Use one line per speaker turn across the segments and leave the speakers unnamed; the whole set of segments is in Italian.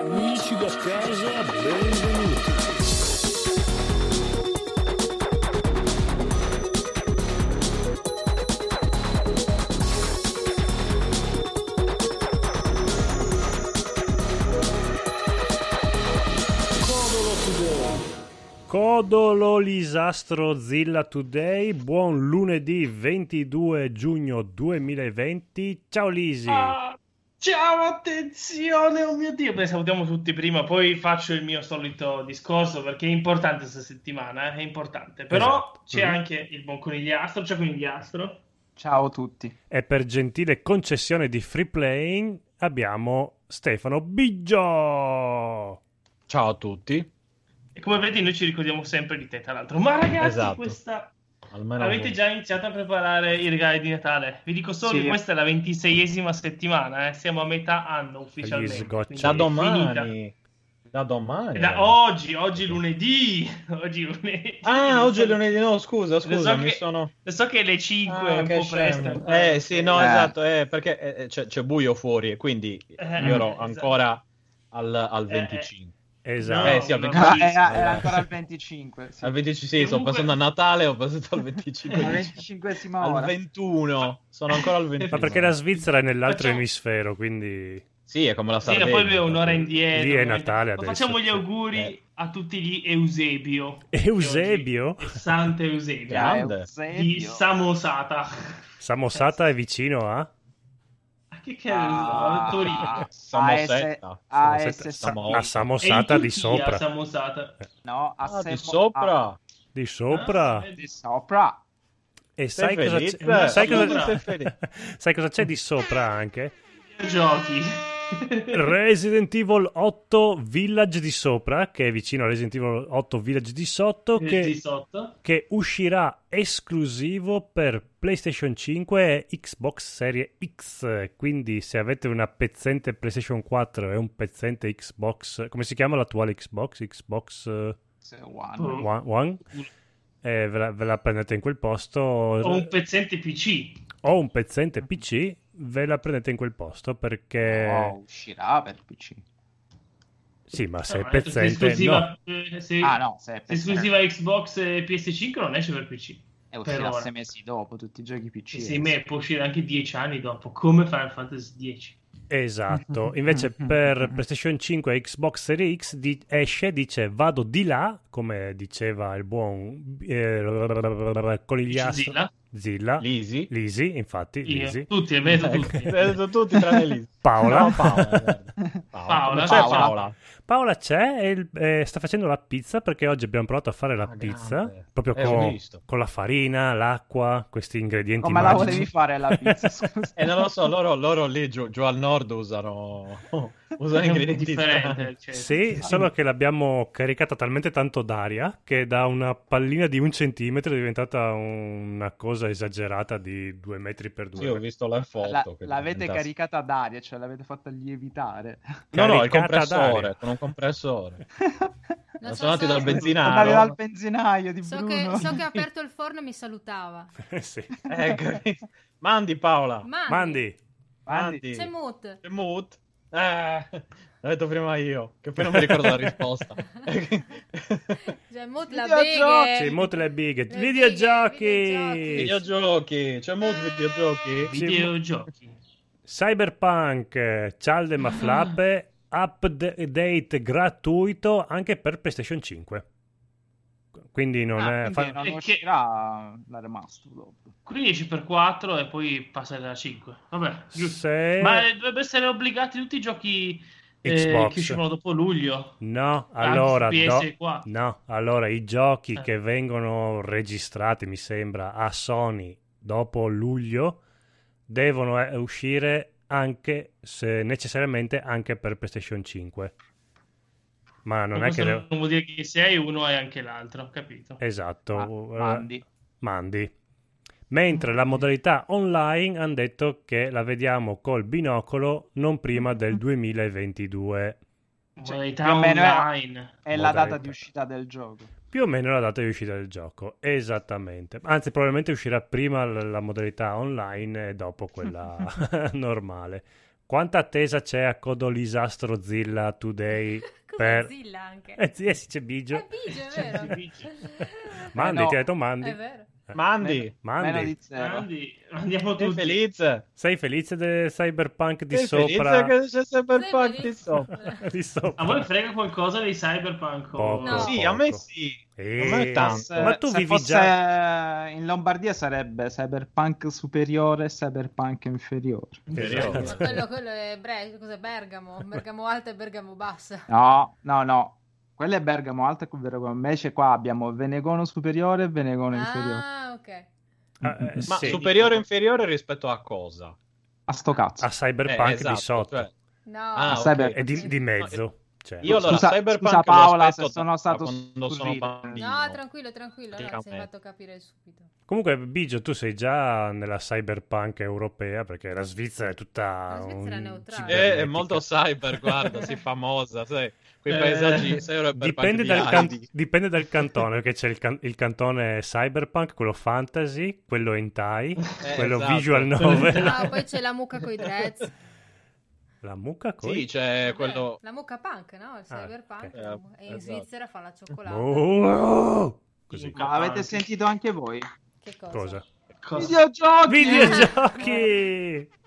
Amici da casa, benvenuti. Codolo Lisastro Zilla Today, buon lunedì 22 giugno 2020. Ciao Lisi.
Ah, ciao, attenzione, oh mio Dio. Beh, salutiamo tutti prima, poi faccio il mio solito discorso perché è importante questa settimana, eh, è importante. Però
Esatto.
c'è
Mm-hmm.
Mhm.
anche il buon conigliastro, c'è conigliastro.
Ciao a tutti.
E per gentile concessione di free playing abbiamo Stefano Biggio.
Ciao a tutti.
E come vedi noi ci ricordiamo sempre di te, tra l'altro. Ma ragazzi,
Esatto.
questa...
Almeno
avete già iniziato a preparare i regali di Natale. Vi dico solo
Sì.
che questa è la ventiseiesima settimana, eh, siamo a metà anno ufficialmente.
Gli sgocci.
quindi
da
è finita.
domani. Da domani.
E Da oggi, oggi è lunedì, oggi è lunedì.
Ah, oggi è lunedì. No, scusa,
Lo
scusa,
so
mi
che-
sono
Lo so che le 5
Ah,
è un
che
po'
scemo.
presto.
Eh, sì, no,
Eh.
esatto, eh, perché eh, c'è, c'è buio fuori e quindi
Eh,
io ero
esatto.
ancora al, al
Eh,
25.
Esatto.
Eh, sì, al
no,
25.
Ah,
sì,
era,
sì.
era ancora il 25. Sì.
eh. Al 25, sì,
Comunque-
sono passato a Natale, ho passato al 25.
La 25esima
al
ora.
21, sono ancora al 21.
Ma perché la Svizzera è nell'altro
Facciamo-
emisfero, quindi
Sì, è come la
Sì,
Sardegna.
poi lui è un'ora indietro.
Lì è Natale
Ma
adesso,
facciamo gli
sì.
auguri
Eh.
a tutti gli Eusebio.
Eusebio?
Che oggi è Santo Eusebio.
Grande.
Di Samosata.
Samosata è vicino a
Ah, Che cavolo,
Ah.
Ah.
a Torino.
Samosetta.
AS,
Sa- a
È
Samosata
in
Ah, di
Turchia,
sopra,
Samosata.
no, a
Ah, di
Semo-
sopra.
di sopra.
Ah,
di sopra.
E sai cosa,
felice?
c'è... sai,
Sei
cosa...
felice?
sai cosa c'è di sopra anche?
Giochi.
Resident Evil 8 Village di sopra, che è vicino a Resident Evil 8 Village di sotto,
Eh, Di
che,
sotto.
che uscirà esclusivo per PlayStation 5 e Xbox Serie X. Quindi se avete una pezzente PlayStation 4 e un pezzente Xbox, come si chiama l'attuale Xbox? Xbox eh,
Se one.
Mm.
One? One? Eh, ve, la, ve la prendete in quel posto.
Ho un pezzente PC.
o un pezzente PC, ve la prendete in quel posto
Mm.
perché...
No, Oh, uscirà per PC.
Sì, ma se è
No, detto, se Ah, è
pezzente... No.
Eh, esclusiva, eh, se-
Ah no, se è
se
per
è esclusiva Xbox e PS5 non esce per PC.
e Eh, uscirà
per ora.
sei mesi dopo tutti i giochi PC.
Ci sei me, può uscire anche 10 anni dopo, come Final Fantasy 10.
Mm-hmm.
Esatto. Invece per PlayStation 5 e Xbox Series X di- esce, dice vado di là, come diceva il buon eh, conigliastro
Zilla,
Zilla.
Lisi.
Lisi, infatti,
io,
Lisi.
tutti, vedo
Ecco.
tutti.
Sono tutti tranne Lisi.
Paola.
No, Paola, guarda.
Paola.
Non c'è
Paola.
Paola.
Paola c'è e il- eh, sta facendo la pizza perché oggi abbiamo provato a fare la
Ah,
pizza
grande.
proprio
Eh, ho
con,
visto.
con la farina, l'acqua, questi ingredienti
Come la
magici.
volevi fare la pizza? Scusa.
Eh, non lo so, loro, loro lì giù, giù al nord usano, usano
È un po'
ingredienti
differente. cioè,
Sì, solo che l'abbiamo caricata talmente tanto d'aria che da una pallina di un centimetro è diventata una cosa esagerata di due metri per
strani. Sì, ho
due.
visto la foto.
La-
che
l'avete
diventa-
caricata d'aria, cioè l'avete fatta lievitare.
No, no, il
Caricata
compressore,
d'aria.
con un compressore.
Non so
sono andati
se-
dal
Andavi
benzinaio.
dal benzinaio di
So
Bruno.
che, so che ha aperto il forno e mi salutava.
Sì.
Ecco. Mandi Paola.
Mandi,
Mandi,
Mandi.
c'è Mut.
C'è Mut. Eh, l'ho detto prima io, che poi non mi ricordo la risposta.
C'è Mut la eh.
Video
beghe.
sì, molto le bighe.
Le
Videogiochi!
bighe, videogiochi.
videogiochi, c'è Mut videogiochi.
Videogiochi.
Cyberpunk, cialde ma flappe, update gratuito anche per PlayStation 5. Quindi non
Ah,
è...
quindi
fa-
non
Perché-
uscirà la remaster dopo.
15x4 e poi passare alla 5. Vabbè, giusto.
Se...
Ma eh, dovrebbero essere obbligati tutti i giochi eh,
Xbox.
che uscivano dopo luglio.
No,
Anche
allora...
su
no.
PS4.
No, allora i giochi
Eh.
che vengono registrati, mi sembra, a Sony dopo luglio devono eh, uscire anche, se necessariamente, anche per PlayStation 5. Ma non
Ma
è che...
questo
devo-
non vuol dire che se hai uno hai anche l'altro, capito?
Esatto.
Ah,
eh,
mandi.
mandi. Mentre la modalità online hanno detto che la vediamo col binocolo non prima del 2022.
Cioè,
Modalità
più o meno era-
online.
È la
Modalità.
data di uscita del gioco.
Più o meno la data di uscita del gioco, esattamente. Anzi, probabilmente uscirà prima l- la modalità online e dopo quella normale. Quanta attesa c'è a Codolisastro Zilla Today per...
Godzilla anche.
Eh, sì, eh sì, c'è Bigio.
Eh, Bigio, è
C'è
vero.
Bigio.
Mandi,
Eh, no.
ti ha detto Mandi.
È vero.
Eh.
Mandi,
Mandi,
Meno di zero.
Mandi, andiamo
sei
tutti.
felice?
sei felice del cyberpunk di
Sei
sopra?
felice che c'è Cyberpunk
Sei
di
felice?
sopra?
di sopra.
A voi frega qualcosa dei cyberpunk? o-
Poco.
No.
Sì, a me
Porco.
sì.
Eh,
Ma è tanto.
ma tu
se
vivi
fosse
già...
in Lombardia sarebbe cyberpunk superiore e cyberpunk inferiore.
Esatto.
Ma quello, quello è Bre- cos'è Bergamo, Bergamo alta e Bergamo bassa.
No, no, no. Quello è Bergamo Alto e Bergamo. Invece qua abbiamo Venegono superiore e Venegono inferiore.
Ah, ok.
Ah, eh,
Ma
sì.
superiore o inferiore rispetto a cosa?
A sto cazzo.
A cyberpunk
Eh, esatto,
di sotto.
cioè,
No.
Ah,
A cyber-
ok.
E di, di mezzo. Cioè,
Io allora
Scusa-
Cyberpunk
scusa
lo
Paola,
aspetto
se sono
da
stato
quando sono
stupito.
bambino.
No, tranquillo, tranquillo, no,
Praticamente.
sei fatto capire subito.
Comunque, Bigio, tu sei già nella cyberpunk europea perché la Svizzera è tutta.
La Svizzera è
un-
neutrale.
Eh, è
cibernetica.
molto cyber, guarda, sei famosa, sai, quei
Eh,
paesaggi cyberpunk
Dipende
di
dal, can-
Heidi.
dipende dal cantone, perché c'è il, can- il cantone cyberpunk, quello fantasy, quello hentai,
Eh,
quello
esatto.
visual
Quello-
novel.
No, poi c'è la mucca con i dreads.
la mucca con
Sì, c'è Eh, quello...
Eh, La mucca punk, no? Il
Ah,
cyberpunk.
ok. Eh, boh,
la
Eh,
mu- E in
esatto.
Svizzera fa la cioccolata.
Oh! Così.
Ma Avete sentito anche voi?
Che cosa?
Cosa?
Cosa?
Videogiochi! Eh.
Videogiochi!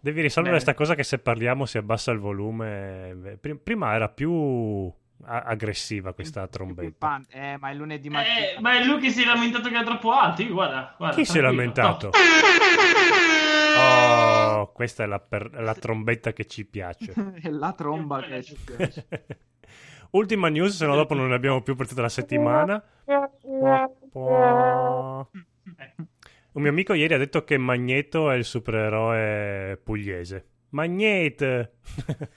Devi risolvere
Bene.
questa cosa che se parliamo si abbassa il volume. Pri- Prima era più a- aggressiva questa trombetta.
Pan- Eh, ma è lunedì mattina.
Eh, ma è lui che si è lamentato che era troppo alto. Io, guarda, guarda,
Chi si è
tranquillo.
lamentato?
No.
Oh,
Eh.
questa è la, per- la trombetta che ci piace.
È la tromba che ci piace.
Ultima news, se no dopo non ne abbiamo più per tutta la settimana. Oh. Un
Eh.
mio amico ieri ha detto che Magneto è il supereroe pugliese. Magnete!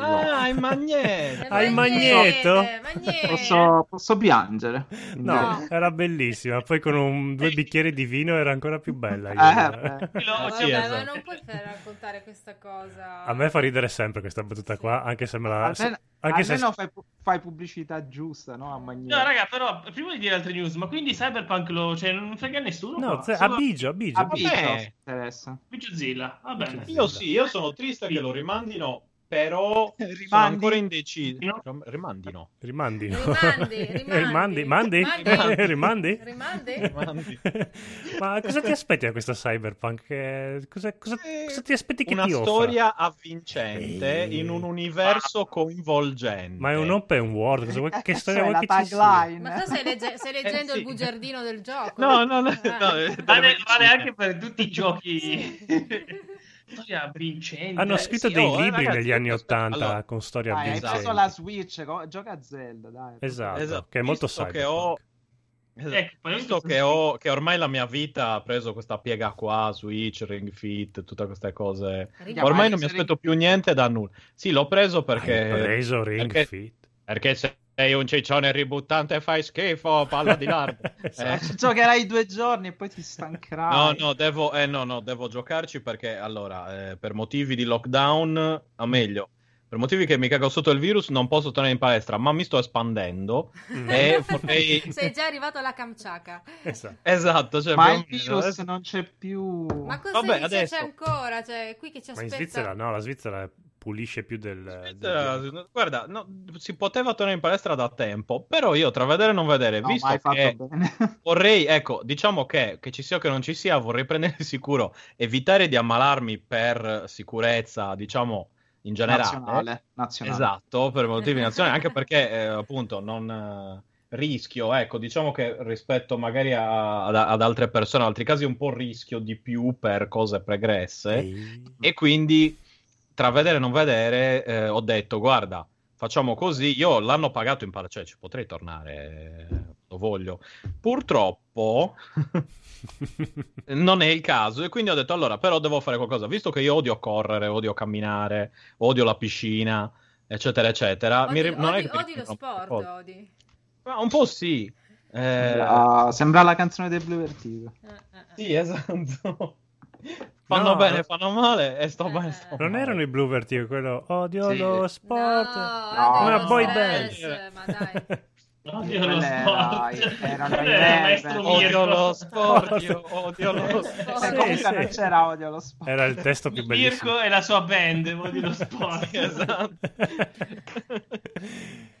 Ah, è Magnet!
Eh,
Hai
Magnete,
Magneto?
Magnete.
Posso, posso piangere?
No, Ah,
No.
era bellissima. Poi con un- due bicchieri di vino era ancora più bella.
Eh,
ieri.
Ma
La
vabbè,
chiesa.
ma non puoi far raccontare questa cosa.
A me fa ridere sempre questa battuta qua, anche se me la...
Almeno,
anche se-
almeno fai, pu- fai pubblicità giusta, no? A Magneto.
No, raga, però prima di dire altre news, ma quindi Cyberpunk lo, cioè, non frega nessuno?
No,
qua?
ze- a
Solo
Bigio, a Bigio. a
A
Bigio.
Bigio
Vabbè.
ci interessa.
Biggio Zilla. Va bene.
Biggio
Io Eh, sì, io sono triste che lo rimandino, però sono
Rimandi.
ancora indeciso.
No.
Rimandino.
Rimandi. no?
Rimandi,
Eh, Rimandi, mandi?
rimandi.
Eh,
Mandi.
Rimandi? Eh.
Rimandi?
Rimandi.
Ma cosa ti aspetti da questa cyberpunk? Che- Cosa, cosa-
Eh,
cosa ti aspetti che
Una
ti offra?
storia avvincente
Eh.
in un universo coinvolgente.
Ma è un open world, cosa vuoi- Eh, che storia
Cioè,
vuoi
la
che ci sia?
tagline.
Ma tu stai, legge- stai leggendo
Eh, sì.
il bugiardino del gioco?
No, no, no.
Ah.
no,
Vale,
eh, veramente
vale
sì.
anche per tutti i giochi. Storia vincente.
Hanno
Eh,
scritto
sì,
dei
oh, eh,
libri
ragazzi,
negli anni
questo-
Ottanta
allora,
con storie
Dai, hai
avvincenti.
preso la Switch, co- gioca a Zelda, dai.
Esatto,
Esatto,
che è molto
visto
cyberpunk.
che ho- Esatto.
Ecco, poi-
Visto che, ho- che ormai la mia vita ha preso questa piega qua, Switch, Ring Fit, tutte queste cose.
Rimandi.
Chiamare
Ormai non mi
essere-
aspetto più niente da nulla. Sì, l'ho preso
Hai
perché,
preso Ring
perché-
Fit.
perché sei un ciccione ributtante e fai schifo, palla di lardo.
Esatto.
Eh,
Ci giocherai due giorni e poi ti stancherai.
No, no devo, eh, no, no, devo giocarci perché allora, eh, per motivi di lockdown, o meglio, per motivi che mi cago sotto il virus, non posso tornare in palestra, ma mi sto espandendo. Eh, vorrei-
Sei già arrivato alla Kamchaka.
Esatto.
Esatto, cioè,
Ma
più o
il
meno,
virus
adesso-
non c'è più.
Ma cosa
Vabbè,
dice
adesso-
c'è ancora? Cioè, qui che ci
Ma
aspetta?
in Svizzera no, la Svizzera pulisce più del...
Svizzera,
del-
guarda, no, si poteva tornare in palestra da tempo, però io tra vedere e non vedere,
No, ma
visto
hai fatto
che
bene.
vorrei, ecco, diciamo che, che ci sia o che non ci sia, vorrei prendere il sicuro, evitare di ammalarmi per sicurezza, diciamo, in generale.
Nazionale, nazionale.
Esatto, per motivi nazionali, anche perché eh, appunto non eh, rischio, ecco, diciamo che rispetto magari a- ad, ad altre persone, in altri casi un po' rischio di più per cose pregresse
Ehi.
e quindi tra vedere e non vedere eh, ho detto guarda facciamo così io l'hanno pagato in palestra cioè ci potrei tornare eh, lo voglio purtroppo non è il caso e quindi ho detto allora però devo fare qualcosa visto che io odio correre odio camminare odio la piscina eccetera eccetera
Odi,
Ah, mi ri- non è
odi-
che mi
odi lo
ricordo un
sport,
po'.
odi.
Ma un po' sì Eh,
Sembra, sembra la canzone dei Blue Vertigo.
Eh, eh, eh.
sì esatto fanno
No.
bene fanno male e
Ah.
sto bene sto
Non
male.
erano i Blue Vertigo, quello odio
Sì.
lo
No,
sport.
odi
una
lo
boy
stress,
band.
Ma dai. Cioè,
Odio lo
Quella era-
sport.
erano
Quello
i
era
Rebel.
maestro
Odio
Mirko.
lo sport, io odio lo sport.
Eh,
Sì,
comunque
sì.
non c'era odio allo sport.
Era il testo più bellissimo.
Mirko e la sua band, odio lo sport.
Sì, esatto.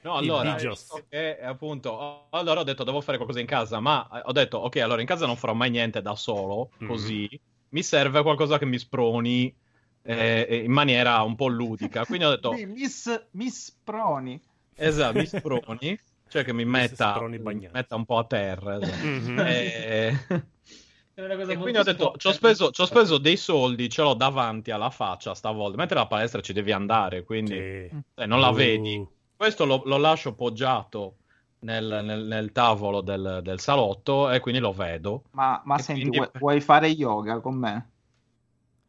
No,
I
allora, ecco.
Bijos.
visto che, appunto, ho- allora ho detto devo fare qualcosa in casa, ma eh, ho detto ok, allora in casa non farò mai niente da solo,
Mhm.
così mi serve qualcosa che mi sproni eh, eh, in maniera un po' ludica. Quindi ho detto
Sì, Miss, Miss Proni.
esatto, mi sproni, cioè che mi metta,
sproni
mi
bagnati.
metta un po' a terra. esatto.
Mhm.
Eh,
È una cosa
e
molto
quindi ho detto,
sport.
ci ho, speso, ci ho speso dei soldi, ce l'ho davanti alla faccia stavolta, mentre la palestra ci devi andare, quindi
Sì.
eh, non la
Uh.
vedi. Questo lo, lo lascio poggiato nel, nel- nel tavolo del, del salotto e quindi lo vedo.
Ma, ma
E
senti,
quindi-
vuoi, vuoi fare yoga con me?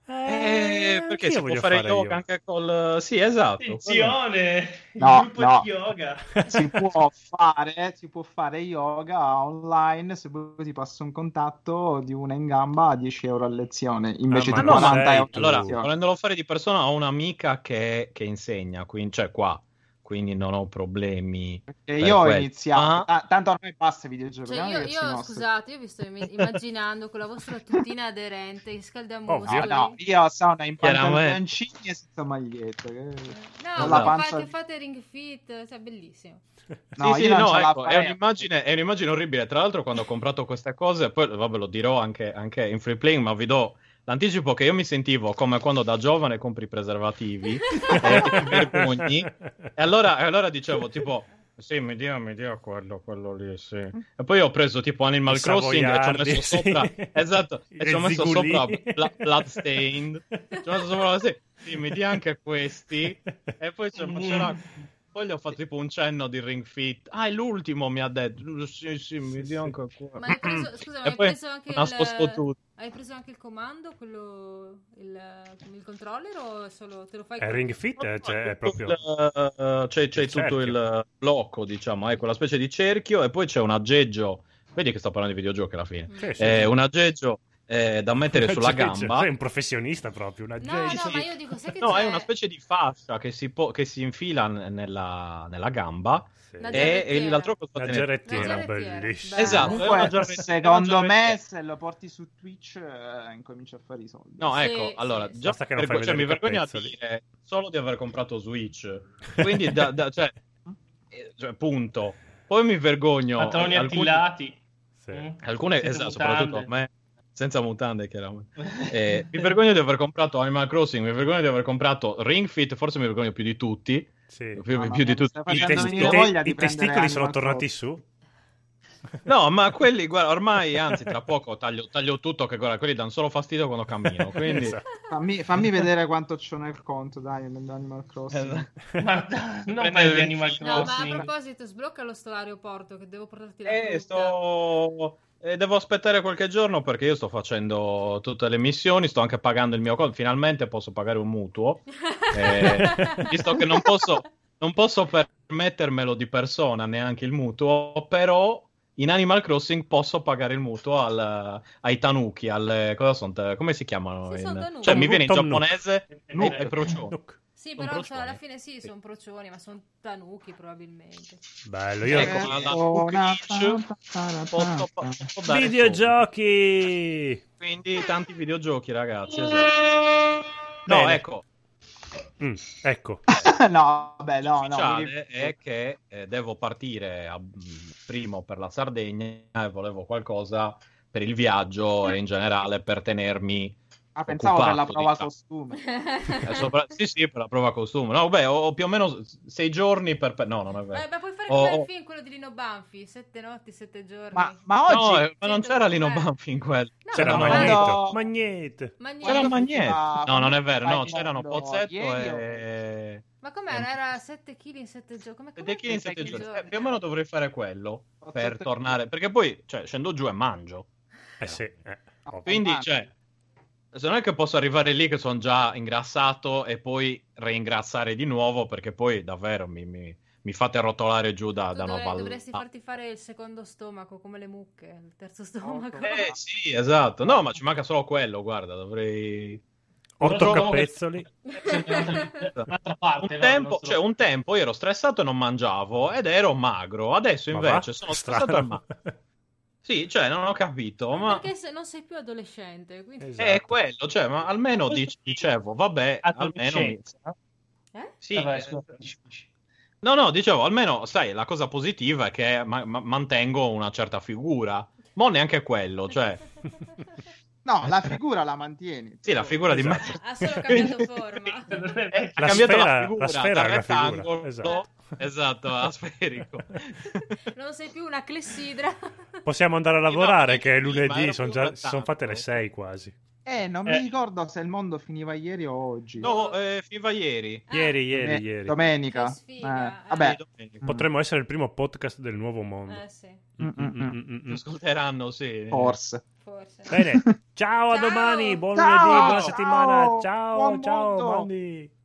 Eh, perché
anch'io
si può
voglio
fare yoga
io.
anche col... Sì, esatto. quello-
Attenzione,
No,
il gruppo
no.
di yoga.
Si può fare, si può fare yoga online se poi ti passo un contatto di una in gamba a 10 euro a lezione invece
Ah,
di
ma no,
40
sei
euro
tu.
a
Allora,
lezione.
volendolo fare di persona, ho un'amica che, che insegna, quindi, cioè qua, quindi non ho problemi.
Perché
per
io ho
quello.
iniziato,
eh, Ah.
ta- tanto ormai basta i videogiochi.
Cioè,
non è
io,
che ci
io,
nostri.
scusate, io vi sto im- immaginando con la vostra tutina aderente, i
No,
Oh,
scaldamuscoli.
no, io ho sauna in
Chiaramente.
pantaloncini e senza maglietta. che-
No,
la
ma
pancia-
che fate ring fit, cioè, bellissimo.
No,
sì,
io
sì,
non
no,
ce la
ecco, è
farei.
un'immagine, è un'immagine orribile. Tra l'altro, quando ho comprato queste cose, poi vabbè, lo dirò anche, anche in free playing, ma vi do l'anticipo che io mi sentivo come quando da giovane compri i preservativi e ti vergogni. E allora, e allora dicevo, tipo, sì, mi dia, mi dia quello, quello lì, sì. E poi ho preso tipo Animal
I
Crossing e ci ho
savoiardi,
messo
sì.
sopra, esatto, e ci ho
Il
messo
zigulì.
sopra Bla- Bloodstained. Ci ho messo sopra Bloodstained. Sì, mi dia anche questi. Eh, E poi
Mm.
c'è- c'era- Poi gli ho fatto tipo un cenno di Ring Fit. Ah, è l'ultimo, mi ha detto. Sì, sì, mi dia anche quello.
Ma hai preso, scusa, ma
E
hai
poi
preso anche
non sposto
il...
tutto.
Hai preso anche il comando, quello, il, il controller o solo te lo fai?
È Ring Fit, eh, cioè, è proprio...
Il, eh, c'è, c'è
il
tutto il blocco, diciamo, è quella specie di cerchio e poi c'è un aggeggio. Vedi che sto parlando di videogiochi alla fine.
Mm.
Cioè, Sì, sì.
È un aggeggio eh, da mettere sulla
Cioè,
gamba.
Sei un professionista proprio, una
No,
gente.
no, ma io dico, sai che
cioè, No,
c'è...
è una specie di fascia che si, può- che si infila n- nella, nella gamba
Sì.
Una
Eh,
e, e
giarrettiera.
l'altro cosa
La
tiene-
giarrettiera,
La giarrettiera,
bellissima.
bello.
Esatto, è una
Comunque,
giornata-
secondo
una giornata-
me, se lo porti su Twitch, eh, incominci a fare i soldi.
No,
Sì,
ecco,
sì,
allora,
sì.
già
Basta che non
vergo-
fai
cioè, mi
vedere i
vergogno a
capezzoli.
dire solo di aver comprato Switch, quindi da, da- cioè, eh, cioè, punto. Poi mi vergogno.
Pantaloni
eh, alcuni-
attillati.
Sì.
Mm.
alcune,
Senza
esatto,
mutande.
soprattutto a me, senza mutande, chiaramente. Eh, mi vergogno di aver comprato Animal Crossing, mi vergogno di aver comprato Ring Fit, forse mi vergogno più di tutti,
Sì.
più,
Mamma
più
mia,
di
mi
tutti.
stai
I,
facendo
test-
venire
i te-
voglia di
i
prendere
testicoli sono
Animal
tornati su?
No, ma quelli, guarda, ormai, anzi, tra poco taglio, taglio tutto, che guarda, quelli danno solo fastidio quando cammino, quindi...
Esatto.
Fammi, fammi vedere quanto c'ho nel conto, dai, nell'Animal Crossing.
Esatto.
Ma da- non
Prende
prendi
il-
Animal
No, ma a
Crossing.
proposito, sblocca lo sto aeroporto che devo portarti la
Eh,
frutta.
sto... eh, devo aspettare qualche giorno perché io sto facendo tutte le missioni, sto anche pagando il mio conto, finalmente posso pagare un mutuo, Eh, visto che non posso- non posso permettermelo di persona neanche il mutuo, però in Animal Crossing posso pagare il mutuo al- ai tanuki, al, cosa sono, ta- come si chiamano?
Sì,
in-
sono tanuki.
Cioè mi viene in
Tom Nook.
giapponese eh,
Tom Nook.
e procione.
Nook.
Sì,
Sono
però
procioni.
cioè, alla fine sì, sono procioni, ma sono tanuki probabilmente.
Bello, io... Eh,
Ecco, ma la- Posso, pa- posso dare soldi.
Videogiochi!
Quindi tanti videogiochi ragazzi, esatto. No,
Bene.
ecco,
Mm, ecco.
no, vabbè, no, no. mi ah,
ufficiale è che eh, devo partire a- mm, primo per la Sardegna e volevo qualcosa per il viaggio e in generale per tenermi
Ah, pensavo per la
occupato,
prova
diciamo.
costume.
eh, sopra- sì sì per la prova costume no beh ho, ho più o meno s- sei giorni per, per- no non è
Beh,
Eh,
vero
ma puoi fare
Oh,
come il
oh.
film, quello di Lino Banfi, sette notti, sette giorni.
Ma, ma oggi
no eh, ma non
Sì,
c'era Lino
eh.
Banfi in quello
No,
C'era
no,
Magneto.
no.
Magneto.
Ma niente.
c'era
Quando
Magneto
finiva-
no non è vero no
quando-
c'erano Pozzetto
ieri o-
e
Ma com'era? Era 7 kg in 7 giorni. Come
e De Chini in sette giorni Eh, più o meno dovrei fare quello per
Pozzetto e-
tornare perché poi cioè, scendo giù e mangio
Eh sì, eh, ovvio.
Quindi,
Ah.
cioè, se non è che posso arrivare lì che sono già ingrassato e poi reingrassare di nuovo perché poi davvero mi, mi- mi fate rotolare giù da, da una
dovresti,
balla.
dovresti farti fare il secondo stomaco come le mucche, il terzo stomaco.
ok.
Eh sì, esatto. No, ma ci manca solo quello, guarda, dovrei...
Orto
trovo che-
capezzoli.
Un'altra
Un
parte, no?
tempo,
Non so.
cioè, un tempo ero stressato e non mangiavo ed ero magro, adesso
Ma
invece
va?
sono
Strano.
stressato e magro. Sì, cioè, non ho capito, ma
Perché se non sei più adolescente, quindi...
Esatto.
Eh,
è quello, cioè, ma almeno dic- dicevo, vabbè, almeno mi-
Adolescenza, no?
Eh?
sì,
Vabbè,
eh,
scusa, dici, dici.
No, no, dicevo, almeno, sai, la cosa positiva è che ma- ma- mantengo una certa figura. Mo' neanche quello, cioè,
No, la figura la mantieni.
sì, la figura di me...
Esatto.
Ha solo cambiato forma.
Eh, ha
La
cambiato
sfera-
la figura,
la sfera
da
era la figura,
rettangolo,
esatto.
esatto, a sferico.
Non sei più una clessidra.
Possiamo andare a
Sì, no,
lavorare,
sì,
che è
sì, ma
lunedì,
ero
sono
più
già
attaccato.
sono fatte le 6 quasi.
Eh, non
Eh.
mi ricordo se il mondo finiva ieri o oggi.
No, eh, finiva ieri.
Ah.
Ieri, ieri,
Eh,
ieri.
Domenica.
Che sfiga,
Eh,
eh.
Vabbè.
Sì, domenica.
Potremmo essere il primo podcast del nuovo mondo.
Eh sì,
Mm,
Mm, mm,
mm, mm, mm, mm.
Ci ascolteranno, sì.
Forse.
forse.
Bene, ciao a
Ciao.
domani, buon
Ciao,
lunedì, buona
ciao,
settimana. Ciao,
buon
ciao,
mondo.
Mandy.